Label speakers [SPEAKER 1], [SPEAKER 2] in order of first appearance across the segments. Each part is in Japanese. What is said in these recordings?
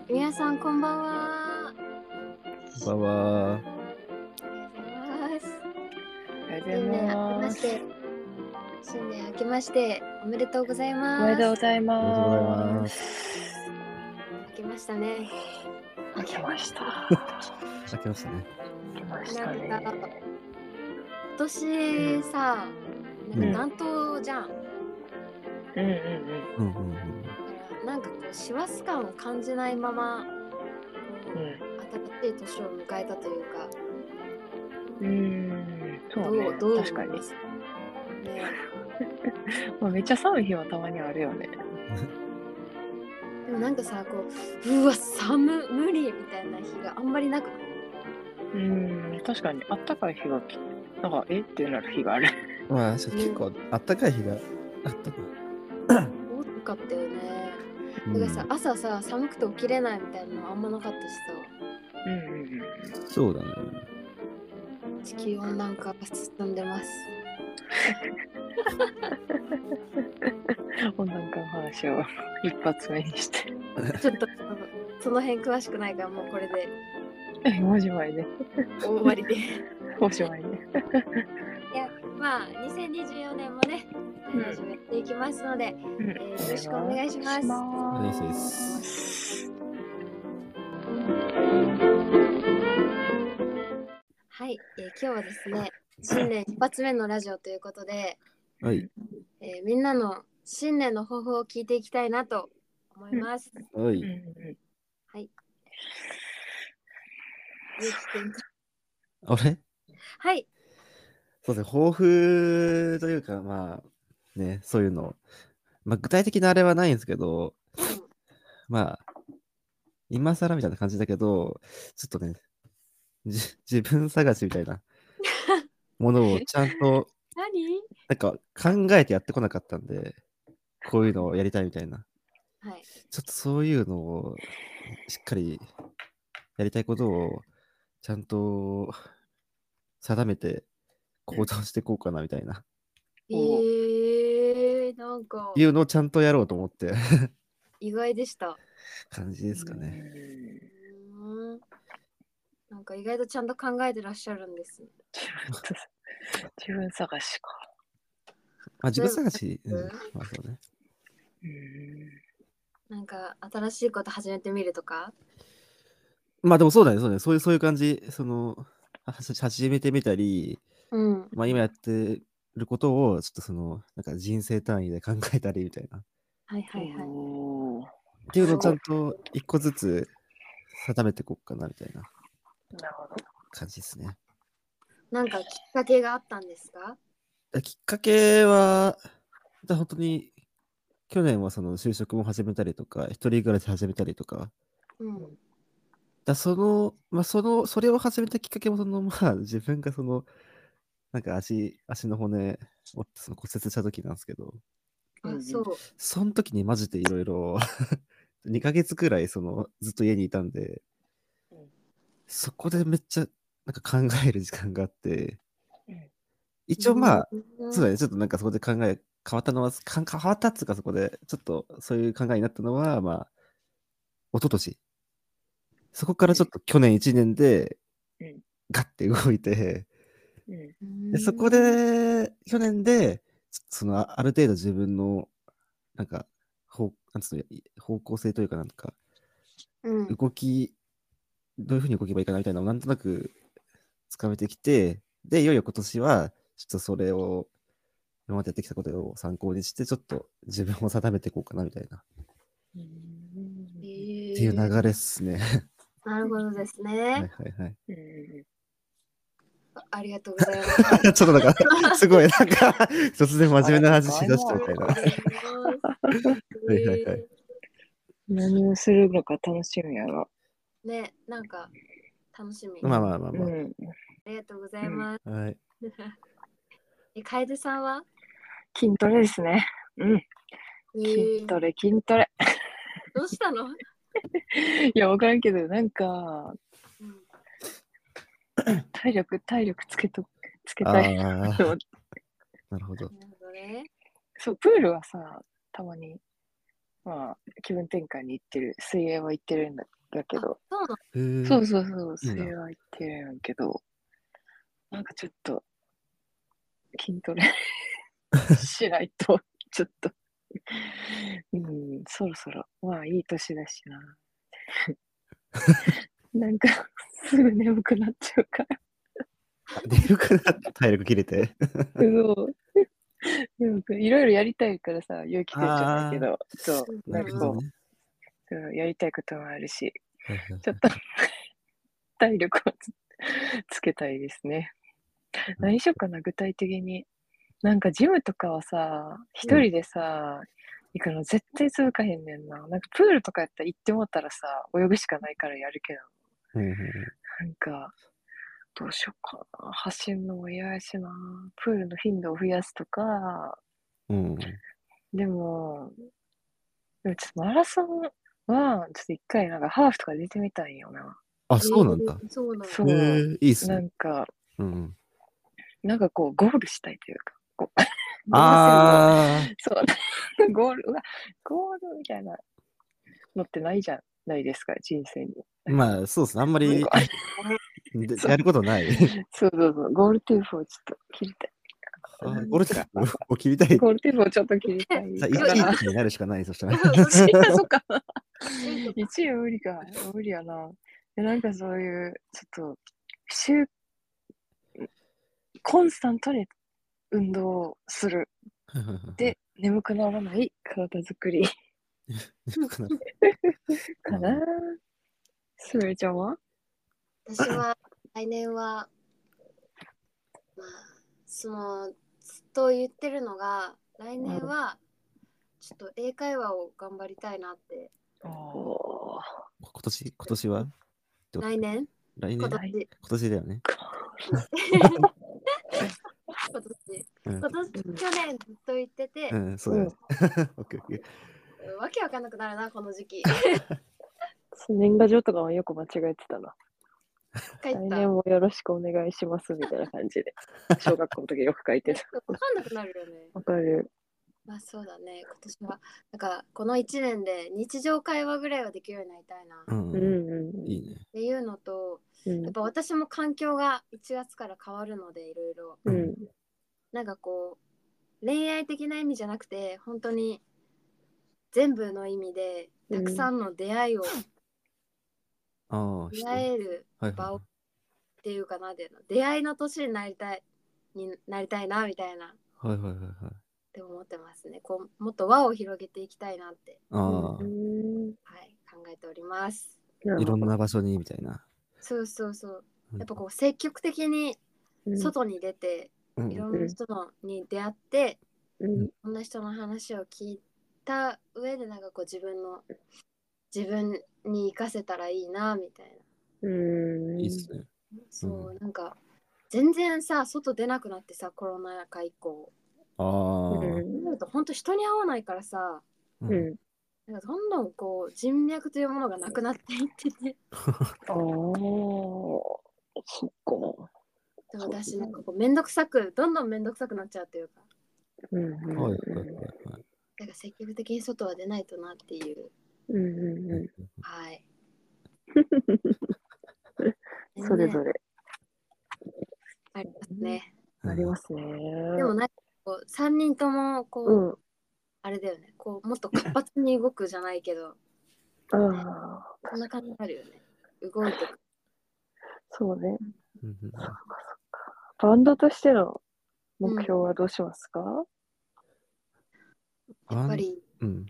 [SPEAKER 1] こんばんは。ありがとうございます。新年明け
[SPEAKER 2] こんばんは。
[SPEAKER 3] ありがとうござい
[SPEAKER 1] ま
[SPEAKER 3] ま
[SPEAKER 1] し
[SPEAKER 3] す。
[SPEAKER 1] て。新年明けまして、おめでとうございます。
[SPEAKER 3] おめでとうござい
[SPEAKER 2] ありがとうございま。
[SPEAKER 3] ますす。
[SPEAKER 1] 明けましたね。
[SPEAKER 3] 開けました。
[SPEAKER 2] 開けましたね。
[SPEAKER 3] 開けましたね。
[SPEAKER 1] なんか今年さ、
[SPEAKER 2] う
[SPEAKER 1] なん
[SPEAKER 2] ん
[SPEAKER 1] か暖冬じゃん。だか
[SPEAKER 3] うんうんうん
[SPEAKER 2] うんうんうん。
[SPEAKER 1] らなんかこう師走感を感じないまま、こ
[SPEAKER 3] う。
[SPEAKER 1] うん新しい年を迎えたというか、
[SPEAKER 3] うーん、そ
[SPEAKER 1] ど
[SPEAKER 3] うね
[SPEAKER 1] う、どう
[SPEAKER 3] 確か
[SPEAKER 1] 思い
[SPEAKER 3] に
[SPEAKER 1] ま。すね
[SPEAKER 3] まあ、めっちゃ寒い日はたまにあるよね。
[SPEAKER 1] でもなんかさ、こう、うわ、寒無理みたいな日があんまりなくない。
[SPEAKER 3] うーん、確かに、あったかい日がき、なんか、えってなる日がある。
[SPEAKER 2] まあ、そう結構あったかい日があったな。
[SPEAKER 1] 多かったよね。
[SPEAKER 2] う
[SPEAKER 1] だ
[SPEAKER 2] ん
[SPEAKER 1] からさ、朝さ寒くて起きれないみたいなのあんまなかったし
[SPEAKER 3] うんうん
[SPEAKER 2] そうだね。
[SPEAKER 1] さ地球温暖化が進んでます
[SPEAKER 3] うん。温暖化の話を一発目にして。
[SPEAKER 1] ちょっとそのその辺詳しくないからもうこれで
[SPEAKER 3] えおしまいね。
[SPEAKER 1] 終わり で
[SPEAKER 3] おしまいね。
[SPEAKER 1] まあ2024年もね
[SPEAKER 3] うん
[SPEAKER 1] 始めていきますので、
[SPEAKER 3] うん
[SPEAKER 1] えーよろしくお願いします
[SPEAKER 3] お願
[SPEAKER 2] 大
[SPEAKER 3] いし
[SPEAKER 2] 事で。
[SPEAKER 3] ますす。
[SPEAKER 1] はい、えー今日はですね新年一発目のラジオということで、
[SPEAKER 2] はい。
[SPEAKER 1] えーみんなの新年の抱負を聞いていきたいなと思います、
[SPEAKER 2] は
[SPEAKER 3] うん
[SPEAKER 2] い。
[SPEAKER 3] うん
[SPEAKER 1] ゆうきくんか
[SPEAKER 2] あれ
[SPEAKER 1] はい
[SPEAKER 2] そうですね。抱負というか、まあ、ね、そういうの。まあ、具体的なあれはないんですけど、まあ、今更みたいな感じだけど、ちょっとね、じ自分探しみたいなものをちゃんと、
[SPEAKER 1] 何
[SPEAKER 2] なんか考えてやってこなかったんで、こういうのをやりたいみたいな。
[SPEAKER 1] はい
[SPEAKER 2] ちょっとそういうのをしっかりやりたいことをちゃんと定めて行動していこうかなみたいな。
[SPEAKER 3] お
[SPEAKER 1] えー、なんか
[SPEAKER 2] いうのをちゃんとやろうと思って
[SPEAKER 1] 意外でした
[SPEAKER 2] 感じですかね。
[SPEAKER 3] うん。
[SPEAKER 1] うーんなんか意外とちゃんと考えてらっしゃるんですね。
[SPEAKER 3] 自分と自分探しか。
[SPEAKER 2] まあ自分探し、うん
[SPEAKER 1] うん、
[SPEAKER 2] まあそうね。
[SPEAKER 3] うん。
[SPEAKER 1] なんか新しいこと始めてみるとか。
[SPEAKER 2] まあでもそうだね、そうだね。そういう、そういう感じ。その、はは始めてみたり、
[SPEAKER 1] うん。
[SPEAKER 2] まあ今やってることをちょっとその、なんか人生単位で考えたりみたいな。っ
[SPEAKER 1] はいはいはい。
[SPEAKER 3] おお。
[SPEAKER 2] ていうのをちゃんと一個ずつ定めていこうかなみたいな
[SPEAKER 3] なるほど。
[SPEAKER 2] 感じですね。
[SPEAKER 1] なんかきっかけがあったんですか
[SPEAKER 2] きっかけは、だ本当に、去年はその就職も始めたりとか、一人暮らし始めたりとか、
[SPEAKER 1] うん。
[SPEAKER 2] だその、まあ、その、それを始めたきっかけも、その、 まあ、自分がその、なんか足、足の骨をその骨折した時なんですけど、
[SPEAKER 3] うんう
[SPEAKER 1] あ、
[SPEAKER 3] ん
[SPEAKER 1] そう。
[SPEAKER 2] その時にマジでいろいろ、2ヶ月くらい、その、ずっと家にいたんで
[SPEAKER 3] うん、
[SPEAKER 2] そこでめっちゃ、なんか考える時間があって
[SPEAKER 3] うん、
[SPEAKER 2] 一応まあ、
[SPEAKER 1] うん、
[SPEAKER 2] そうだね、ちょっとなんかそこで考え、変わったのは、かん変わったっつうか、そこで、ちょっとそういう考えになったのは、まあ、一昨年そこからちょっと去年1年で
[SPEAKER 3] うん、
[SPEAKER 2] ガッて動いて、
[SPEAKER 3] うん。
[SPEAKER 1] うん
[SPEAKER 2] でそこ。で、去年で、ちょっとその、あある程度自分の、なんか、方なんつうのい方向性というか、なんか、
[SPEAKER 1] うん。
[SPEAKER 2] 動き、どういうふうに動けばいいかなみたいなのをなんとなくつかめてきて、で、いよいよ今年は、ちょっとそれを、今までやってきたことを参考にして、ちょっと自分を定めていこうかなみたいな、っ
[SPEAKER 1] え
[SPEAKER 3] う
[SPEAKER 1] ー、
[SPEAKER 2] ていう流れっすね。
[SPEAKER 1] なるほどですね、
[SPEAKER 2] はいはいはい。
[SPEAKER 3] ん。
[SPEAKER 1] あありがとうございます。
[SPEAKER 2] ちょっとなん か、すごい、なんか、突然真面目な話しだしたみたいな。はいはいはい
[SPEAKER 3] 何をするのか楽しみやな。
[SPEAKER 1] ね、なんか楽しみ。
[SPEAKER 2] まあまあまあ
[SPEAKER 3] う
[SPEAKER 2] ま
[SPEAKER 3] ん。
[SPEAKER 1] ありがとうございます。
[SPEAKER 2] あ。はい。
[SPEAKER 1] え、楓さんは
[SPEAKER 3] 筋トレですね。うん。筋ト
[SPEAKER 1] レ。
[SPEAKER 3] レ、筋トレ。
[SPEAKER 1] どうしたの、
[SPEAKER 3] いや、わからんけど、なんか、
[SPEAKER 1] うん
[SPEAKER 3] 体力、体力つけと、つけ
[SPEAKER 2] あ
[SPEAKER 3] たい。
[SPEAKER 2] あ
[SPEAKER 3] で、
[SPEAKER 2] なる
[SPEAKER 3] も
[SPEAKER 2] ほど。
[SPEAKER 1] なるほどね。
[SPEAKER 3] そう、プールはさ、たまにまあ、気分転換に行ってる、水泳は行ってるんだだけど、
[SPEAKER 1] そうな
[SPEAKER 2] へえ
[SPEAKER 3] そうそうそう、
[SPEAKER 2] いい
[SPEAKER 3] 水
[SPEAKER 2] な
[SPEAKER 3] 泳は行ってるんやけど、なんかちょっと、筋トレしないと、ちょっと、うん、そろそろ、まあいい年だし な。なんか、すぐ眠くなっちゃうから。
[SPEAKER 2] 出るかなって体力切れて。
[SPEAKER 3] そう。でもいろいろやりたいからさ、勇気出ちゃうんだけど、そう、
[SPEAKER 2] な
[SPEAKER 3] なん
[SPEAKER 2] る
[SPEAKER 3] か
[SPEAKER 2] ほど
[SPEAKER 3] こう、
[SPEAKER 2] ね。
[SPEAKER 3] そうやりたいこともあるし、
[SPEAKER 2] はいはいはい
[SPEAKER 3] ちょっと体力をつつけたいですね。何しようかな、具体的に。なんかジムとかはさ、一人でさ、行くの絶対続かへんねんな。なんかプールとかやったら行ってもったらさ、泳ぐしかないからやるけど、
[SPEAKER 2] うんうんうん
[SPEAKER 3] なんか、どうしようかな。走るのも嫌やしな。プールの頻度を増やすとか、
[SPEAKER 2] うん。
[SPEAKER 3] でも、でもちょっとマラソンは、ちょっと一回なんかハーフとか出てみたいんよな。
[SPEAKER 2] あ、そうなんだ。。
[SPEAKER 1] そうなんだ。
[SPEAKER 3] そう
[SPEAKER 2] へえいいっす
[SPEAKER 3] な
[SPEAKER 2] ね。
[SPEAKER 3] んか、
[SPEAKER 2] うんうん。
[SPEAKER 3] なんかこう、ゴールしたいというか、こう、
[SPEAKER 2] ああ、
[SPEAKER 3] そう、 ゴール、うわ、ゴールみたいなのってないじゃないですか、人生に。
[SPEAKER 2] まあそうですね。あんまり
[SPEAKER 3] なん
[SPEAKER 2] で
[SPEAKER 3] そう
[SPEAKER 2] やることない。
[SPEAKER 3] そうそうそう、ゴールテープをちょっと切りたい。
[SPEAKER 2] あ俺ちょっと切りたい。
[SPEAKER 3] ゴールテープをちょっと切りたい
[SPEAKER 2] じゃあ、い
[SPEAKER 3] か
[SPEAKER 2] い
[SPEAKER 3] ら。
[SPEAKER 2] 時になるしかない、そしたら。
[SPEAKER 3] いやそっか。
[SPEAKER 1] そう
[SPEAKER 3] 1位は無理か。無理やな。でなんかそういう、ちょっと、週、コンスタントに運動をする。で、眠くならない体作りかな。すみれちゃんは
[SPEAKER 1] 私は来年は、まあ、そのずっと言ってるのが来年はちょっと英会話を頑張りたいなって
[SPEAKER 3] おー
[SPEAKER 2] 今年、今年はどう
[SPEAKER 1] 来年
[SPEAKER 2] 来年
[SPEAKER 1] 今
[SPEAKER 2] 今
[SPEAKER 1] 年、
[SPEAKER 2] 年だよね。
[SPEAKER 1] 今年
[SPEAKER 2] うん
[SPEAKER 1] 今年去年ずっと言ってて、
[SPEAKER 2] うん、そうだよね。 オッケーオッケー
[SPEAKER 1] わけわかんなくなるなこの時 期
[SPEAKER 3] 年賀状とかもよく間違えてたな。
[SPEAKER 1] 帰
[SPEAKER 3] 来
[SPEAKER 1] った
[SPEAKER 3] 年もよろしくお願いしますみたいな 感じで。小学校の時よく書いてた。
[SPEAKER 1] わかんなくなるよね
[SPEAKER 3] わかる。
[SPEAKER 1] まあそうだね今年はなんかこの1年で日常会話ぐらいはできるようになりたいな
[SPEAKER 2] う
[SPEAKER 1] っ
[SPEAKER 3] うん
[SPEAKER 2] ん。
[SPEAKER 3] うん。
[SPEAKER 2] いいね。
[SPEAKER 1] ていうのと
[SPEAKER 3] うん
[SPEAKER 1] やっぱ私も環境が1月から変わるのでいろいろ
[SPEAKER 3] うん。
[SPEAKER 1] なんかこう恋愛的な意味じゃなくて本当に全部の意味でたくさんの出会いを
[SPEAKER 2] ああ、
[SPEAKER 1] 出
[SPEAKER 2] 人
[SPEAKER 1] 会える
[SPEAKER 2] はい
[SPEAKER 1] 場をっ
[SPEAKER 2] は
[SPEAKER 1] ていうかなで出会いの年になりたいになりたいなみたいなっ
[SPEAKER 2] いはいはいはいはい。
[SPEAKER 1] て思ってますねこうもっと輪を広げていきたいなって、
[SPEAKER 2] あ
[SPEAKER 3] う
[SPEAKER 2] あ、
[SPEAKER 3] ん
[SPEAKER 1] はい、考えております
[SPEAKER 2] いろんな場所にみたいな。
[SPEAKER 1] そうそうそうやっぱこう積極的に外に出て、
[SPEAKER 2] うん
[SPEAKER 1] いろんな人のに出会って
[SPEAKER 3] うん
[SPEAKER 1] いろんな人の話を聞いた上でなんかこう自分の自分に生かせたらいいなみたい
[SPEAKER 3] うん
[SPEAKER 2] いいっすね。
[SPEAKER 1] なそう、なんか全然さ外出なくなってさコロナ禍以降
[SPEAKER 2] ああ。
[SPEAKER 1] そうなると本当人に会わないからさ
[SPEAKER 2] うん
[SPEAKER 3] うん
[SPEAKER 1] なんかどんどんこう人脈というものがなくなっていって て
[SPEAKER 3] ああそっか
[SPEAKER 1] でも私なんかこう面倒くさくどんどん面倒くさくなっちゃうというか
[SPEAKER 3] うん
[SPEAKER 2] はいはいは
[SPEAKER 3] う
[SPEAKER 2] い
[SPEAKER 1] なんか積極的に外は出ないとなっていう
[SPEAKER 3] うんうん
[SPEAKER 2] はい。。
[SPEAKER 1] はい
[SPEAKER 3] うんそれぞ
[SPEAKER 1] れ
[SPEAKER 3] れ
[SPEAKER 1] ありますね
[SPEAKER 3] ありますすね
[SPEAKER 1] でもなんかこう3人ともこう、
[SPEAKER 3] うん
[SPEAKER 1] あれだよねこうもっと活発に動くじゃないけど
[SPEAKER 3] ああ
[SPEAKER 1] そんな感じになるよね動いてく
[SPEAKER 3] そうね
[SPEAKER 2] うんうん
[SPEAKER 3] バンドとしての目標はどうしますか
[SPEAKER 1] やっぱり
[SPEAKER 2] うん。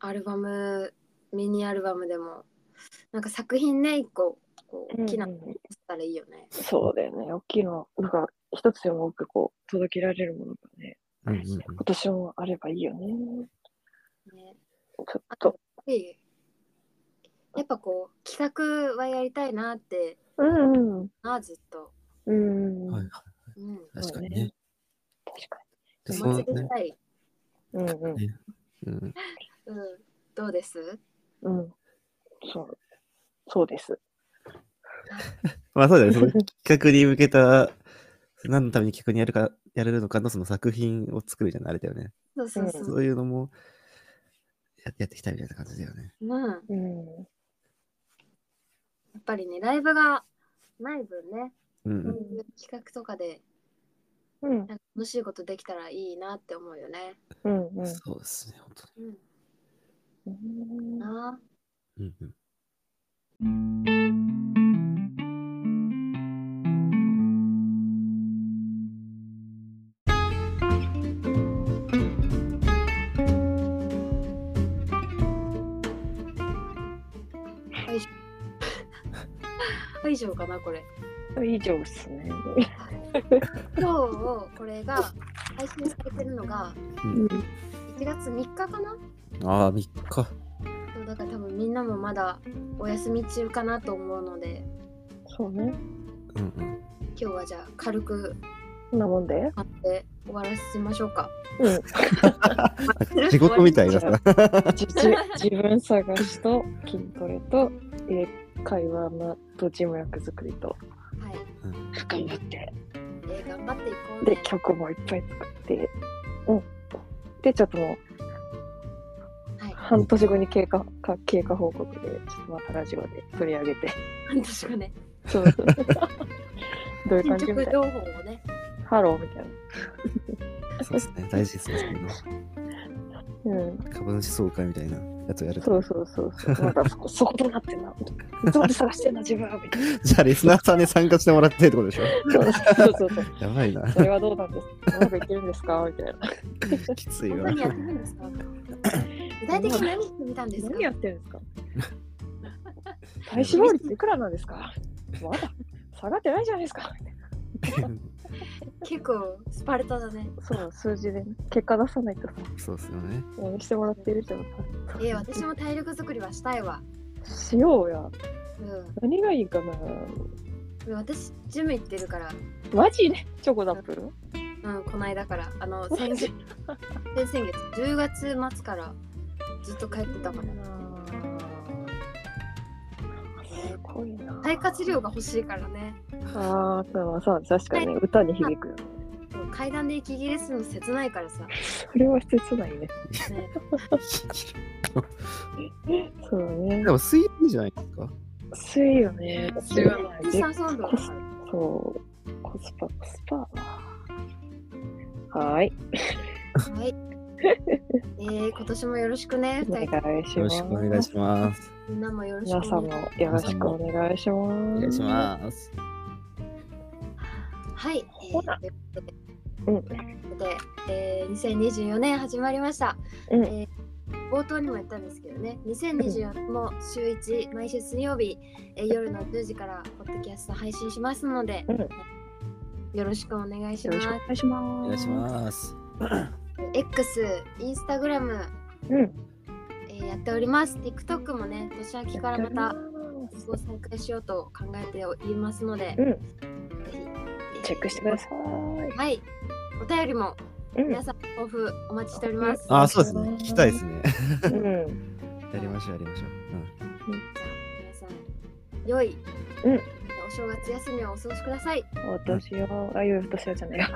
[SPEAKER 1] アルバムミニアルバムでもなんか作品ね一個こう大きなの出せたらいいよね、
[SPEAKER 3] そうだよね大きいのなんか一つでも多くこう届けられるものがね
[SPEAKER 2] うんうんうん
[SPEAKER 3] 今年もあればいいよね
[SPEAKER 1] ね
[SPEAKER 3] ちょっと
[SPEAKER 1] やっぱりやっぱこう企画はやりたいなって
[SPEAKER 3] うんうん
[SPEAKER 1] なずっと、
[SPEAKER 3] うん
[SPEAKER 2] はいはい。
[SPEAKER 1] うん、
[SPEAKER 2] 確かにね。
[SPEAKER 3] 確か
[SPEAKER 2] で
[SPEAKER 1] お
[SPEAKER 2] そう
[SPEAKER 1] 祭りし
[SPEAKER 2] ね。
[SPEAKER 1] たい、
[SPEAKER 3] にう
[SPEAKER 2] う
[SPEAKER 3] ん
[SPEAKER 2] ん。
[SPEAKER 1] うん、どうです
[SPEAKER 3] うんうんそうそうです
[SPEAKER 2] まあそうだよね。その企画に向けた、何のために企画にやるか、やれるのかのその作品を作るじゃないあれだよね。
[SPEAKER 1] そうそうそう、
[SPEAKER 2] そういうのも、ややっていきたいみたいな感じだよね。
[SPEAKER 1] うん、や
[SPEAKER 3] うん。
[SPEAKER 1] っぱりねライブがない分ね、
[SPEAKER 2] うん
[SPEAKER 1] こ
[SPEAKER 2] う。
[SPEAKER 1] うんいう企画とかで
[SPEAKER 3] うん。
[SPEAKER 1] なんか楽しいことできたらいいなって思うよね。
[SPEAKER 3] うん。うん
[SPEAKER 2] そうですね、本当
[SPEAKER 1] うん、
[SPEAKER 3] うん。
[SPEAKER 1] なあ
[SPEAKER 2] に。うんうん。
[SPEAKER 1] 以上かなこれ。
[SPEAKER 3] 以上ですね。
[SPEAKER 1] 今日これが配信されてるのが1月3日かな
[SPEAKER 2] ああ、3日。
[SPEAKER 1] そうだから多分みんなもまだお休み中かなと思うので
[SPEAKER 3] そうね。
[SPEAKER 2] うんうん。
[SPEAKER 1] 今日はじゃあ軽く
[SPEAKER 3] こんなもんで。
[SPEAKER 1] 買って終わらせましょうか。
[SPEAKER 3] うん。
[SPEAKER 2] 地獄みたいなさ。
[SPEAKER 3] じじ自分探しと筋トレと、えー、会話のと事務役作りと
[SPEAKER 1] はい、
[SPEAKER 3] 頑張って
[SPEAKER 1] えー頑張っていこう
[SPEAKER 3] で
[SPEAKER 1] ね。
[SPEAKER 3] 曲もいっぱい作って、うん、でちょっともう
[SPEAKER 1] はい、
[SPEAKER 3] 半年後に経過か経過報告でちょっとまたラジオで取り上げて
[SPEAKER 1] 半年後ね、
[SPEAKER 3] そうそうどういう
[SPEAKER 1] 進
[SPEAKER 3] 感じみ
[SPEAKER 1] 捗
[SPEAKER 3] たい
[SPEAKER 1] 情
[SPEAKER 3] な
[SPEAKER 1] 報をね、
[SPEAKER 3] ハローみたい
[SPEAKER 2] そうですね、大事ですね。そういう
[SPEAKER 3] な、うん、
[SPEAKER 2] の株主総会みたいなやつをやると。
[SPEAKER 3] そうそうそう そうまだそこそこどうなってん などうやって探してんの自分はみたいな
[SPEAKER 2] じゃあ、リスナーさんに参加してもらってってこと でしょ。
[SPEAKER 3] そうそうそうそう
[SPEAKER 2] やばいな。
[SPEAKER 3] それはどうなんですかうまくいってるんですかみたいな
[SPEAKER 2] きつい
[SPEAKER 1] 本
[SPEAKER 2] わ
[SPEAKER 1] 当。にやってるんですか具体的に何してみたんですか
[SPEAKER 3] 何やってるん ですか体脂肪率いくらなんですかまだ下がってないじゃないですか
[SPEAKER 1] 結構スパルタだね。
[SPEAKER 3] そう数字で、ね、結果出さないとさ
[SPEAKER 2] そうですよね。
[SPEAKER 3] 応援してもらってる人も
[SPEAKER 1] えー私も体力作りはしたいわ。
[SPEAKER 3] さしようや
[SPEAKER 1] う、
[SPEAKER 3] 何がいいかなん
[SPEAKER 1] 私、ジム行ってるから、
[SPEAKER 3] マジねチョコダップル
[SPEAKER 1] うん、この間から、あの、
[SPEAKER 3] マ
[SPEAKER 1] 先
[SPEAKER 3] ジ
[SPEAKER 1] 月、先々月、10月末からずっと帰ってたから、
[SPEAKER 3] すごいな
[SPEAKER 1] 肺活量が欲しいからね、
[SPEAKER 3] あーそうそう確かにね歌に響くよね
[SPEAKER 1] もう階段で息切れするの切ないからさ、ね、
[SPEAKER 3] それは切ないね そうね
[SPEAKER 2] でも、水曜日じゃないですか。
[SPEAKER 3] 安いよね
[SPEAKER 1] 知らない
[SPEAKER 3] 絶
[SPEAKER 1] 炭酸温度だから
[SPEAKER 3] そう。コスパ、コスパ。はーい。
[SPEAKER 1] はい。えー、今年もよろしく ね、
[SPEAKER 3] お
[SPEAKER 1] 二人。
[SPEAKER 3] 願いし
[SPEAKER 2] よろ
[SPEAKER 3] ま
[SPEAKER 2] し
[SPEAKER 3] す
[SPEAKER 2] く。お願いします。
[SPEAKER 1] みんなもよろしく、
[SPEAKER 3] 皆さんもよろしくお願いします。
[SPEAKER 2] お願いします。
[SPEAKER 1] はい。え
[SPEAKER 3] ほ
[SPEAKER 1] ー
[SPEAKER 3] ら
[SPEAKER 1] ということで
[SPEAKER 3] うん。
[SPEAKER 1] で、えー、2024年始まりました、
[SPEAKER 3] うん
[SPEAKER 1] えー冒頭にも言ったんですけどね2024年も週1毎週水曜日、えー夜の10時からポッドキャスト配信しますので、
[SPEAKER 3] うん
[SPEAKER 1] よろしくお願いし
[SPEAKER 3] よろ
[SPEAKER 1] ま
[SPEAKER 3] し
[SPEAKER 1] す
[SPEAKER 3] くお願いします。
[SPEAKER 2] お願いします。
[SPEAKER 1] X インスタグラム、
[SPEAKER 3] うん。
[SPEAKER 1] えーやっております TikTok もね年明けからまた活動再開しようと考えておりますので、
[SPEAKER 3] うん
[SPEAKER 1] ぜひえー
[SPEAKER 3] チェックしてください。
[SPEAKER 1] はいお便りも
[SPEAKER 3] うん
[SPEAKER 1] 皆。さん抱負お待ちしております、
[SPEAKER 2] あ、そうですね。聞きたいですね。
[SPEAKER 3] うん。
[SPEAKER 2] やりましょう、やりましょう。うん
[SPEAKER 1] 皆さん、良い、
[SPEAKER 3] うん
[SPEAKER 1] お正月休みをお過ごしください。
[SPEAKER 3] 私は、あ、いや、私はじゃないよ。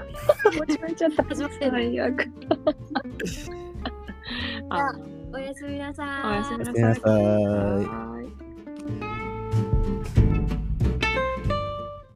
[SPEAKER 3] 間違えちゃった。
[SPEAKER 1] 始まってんの
[SPEAKER 3] 最 悪。あ
[SPEAKER 1] おやすみなさ
[SPEAKER 3] おやす
[SPEAKER 2] お
[SPEAKER 3] み
[SPEAKER 2] やすみなさい
[SPEAKER 3] はーい。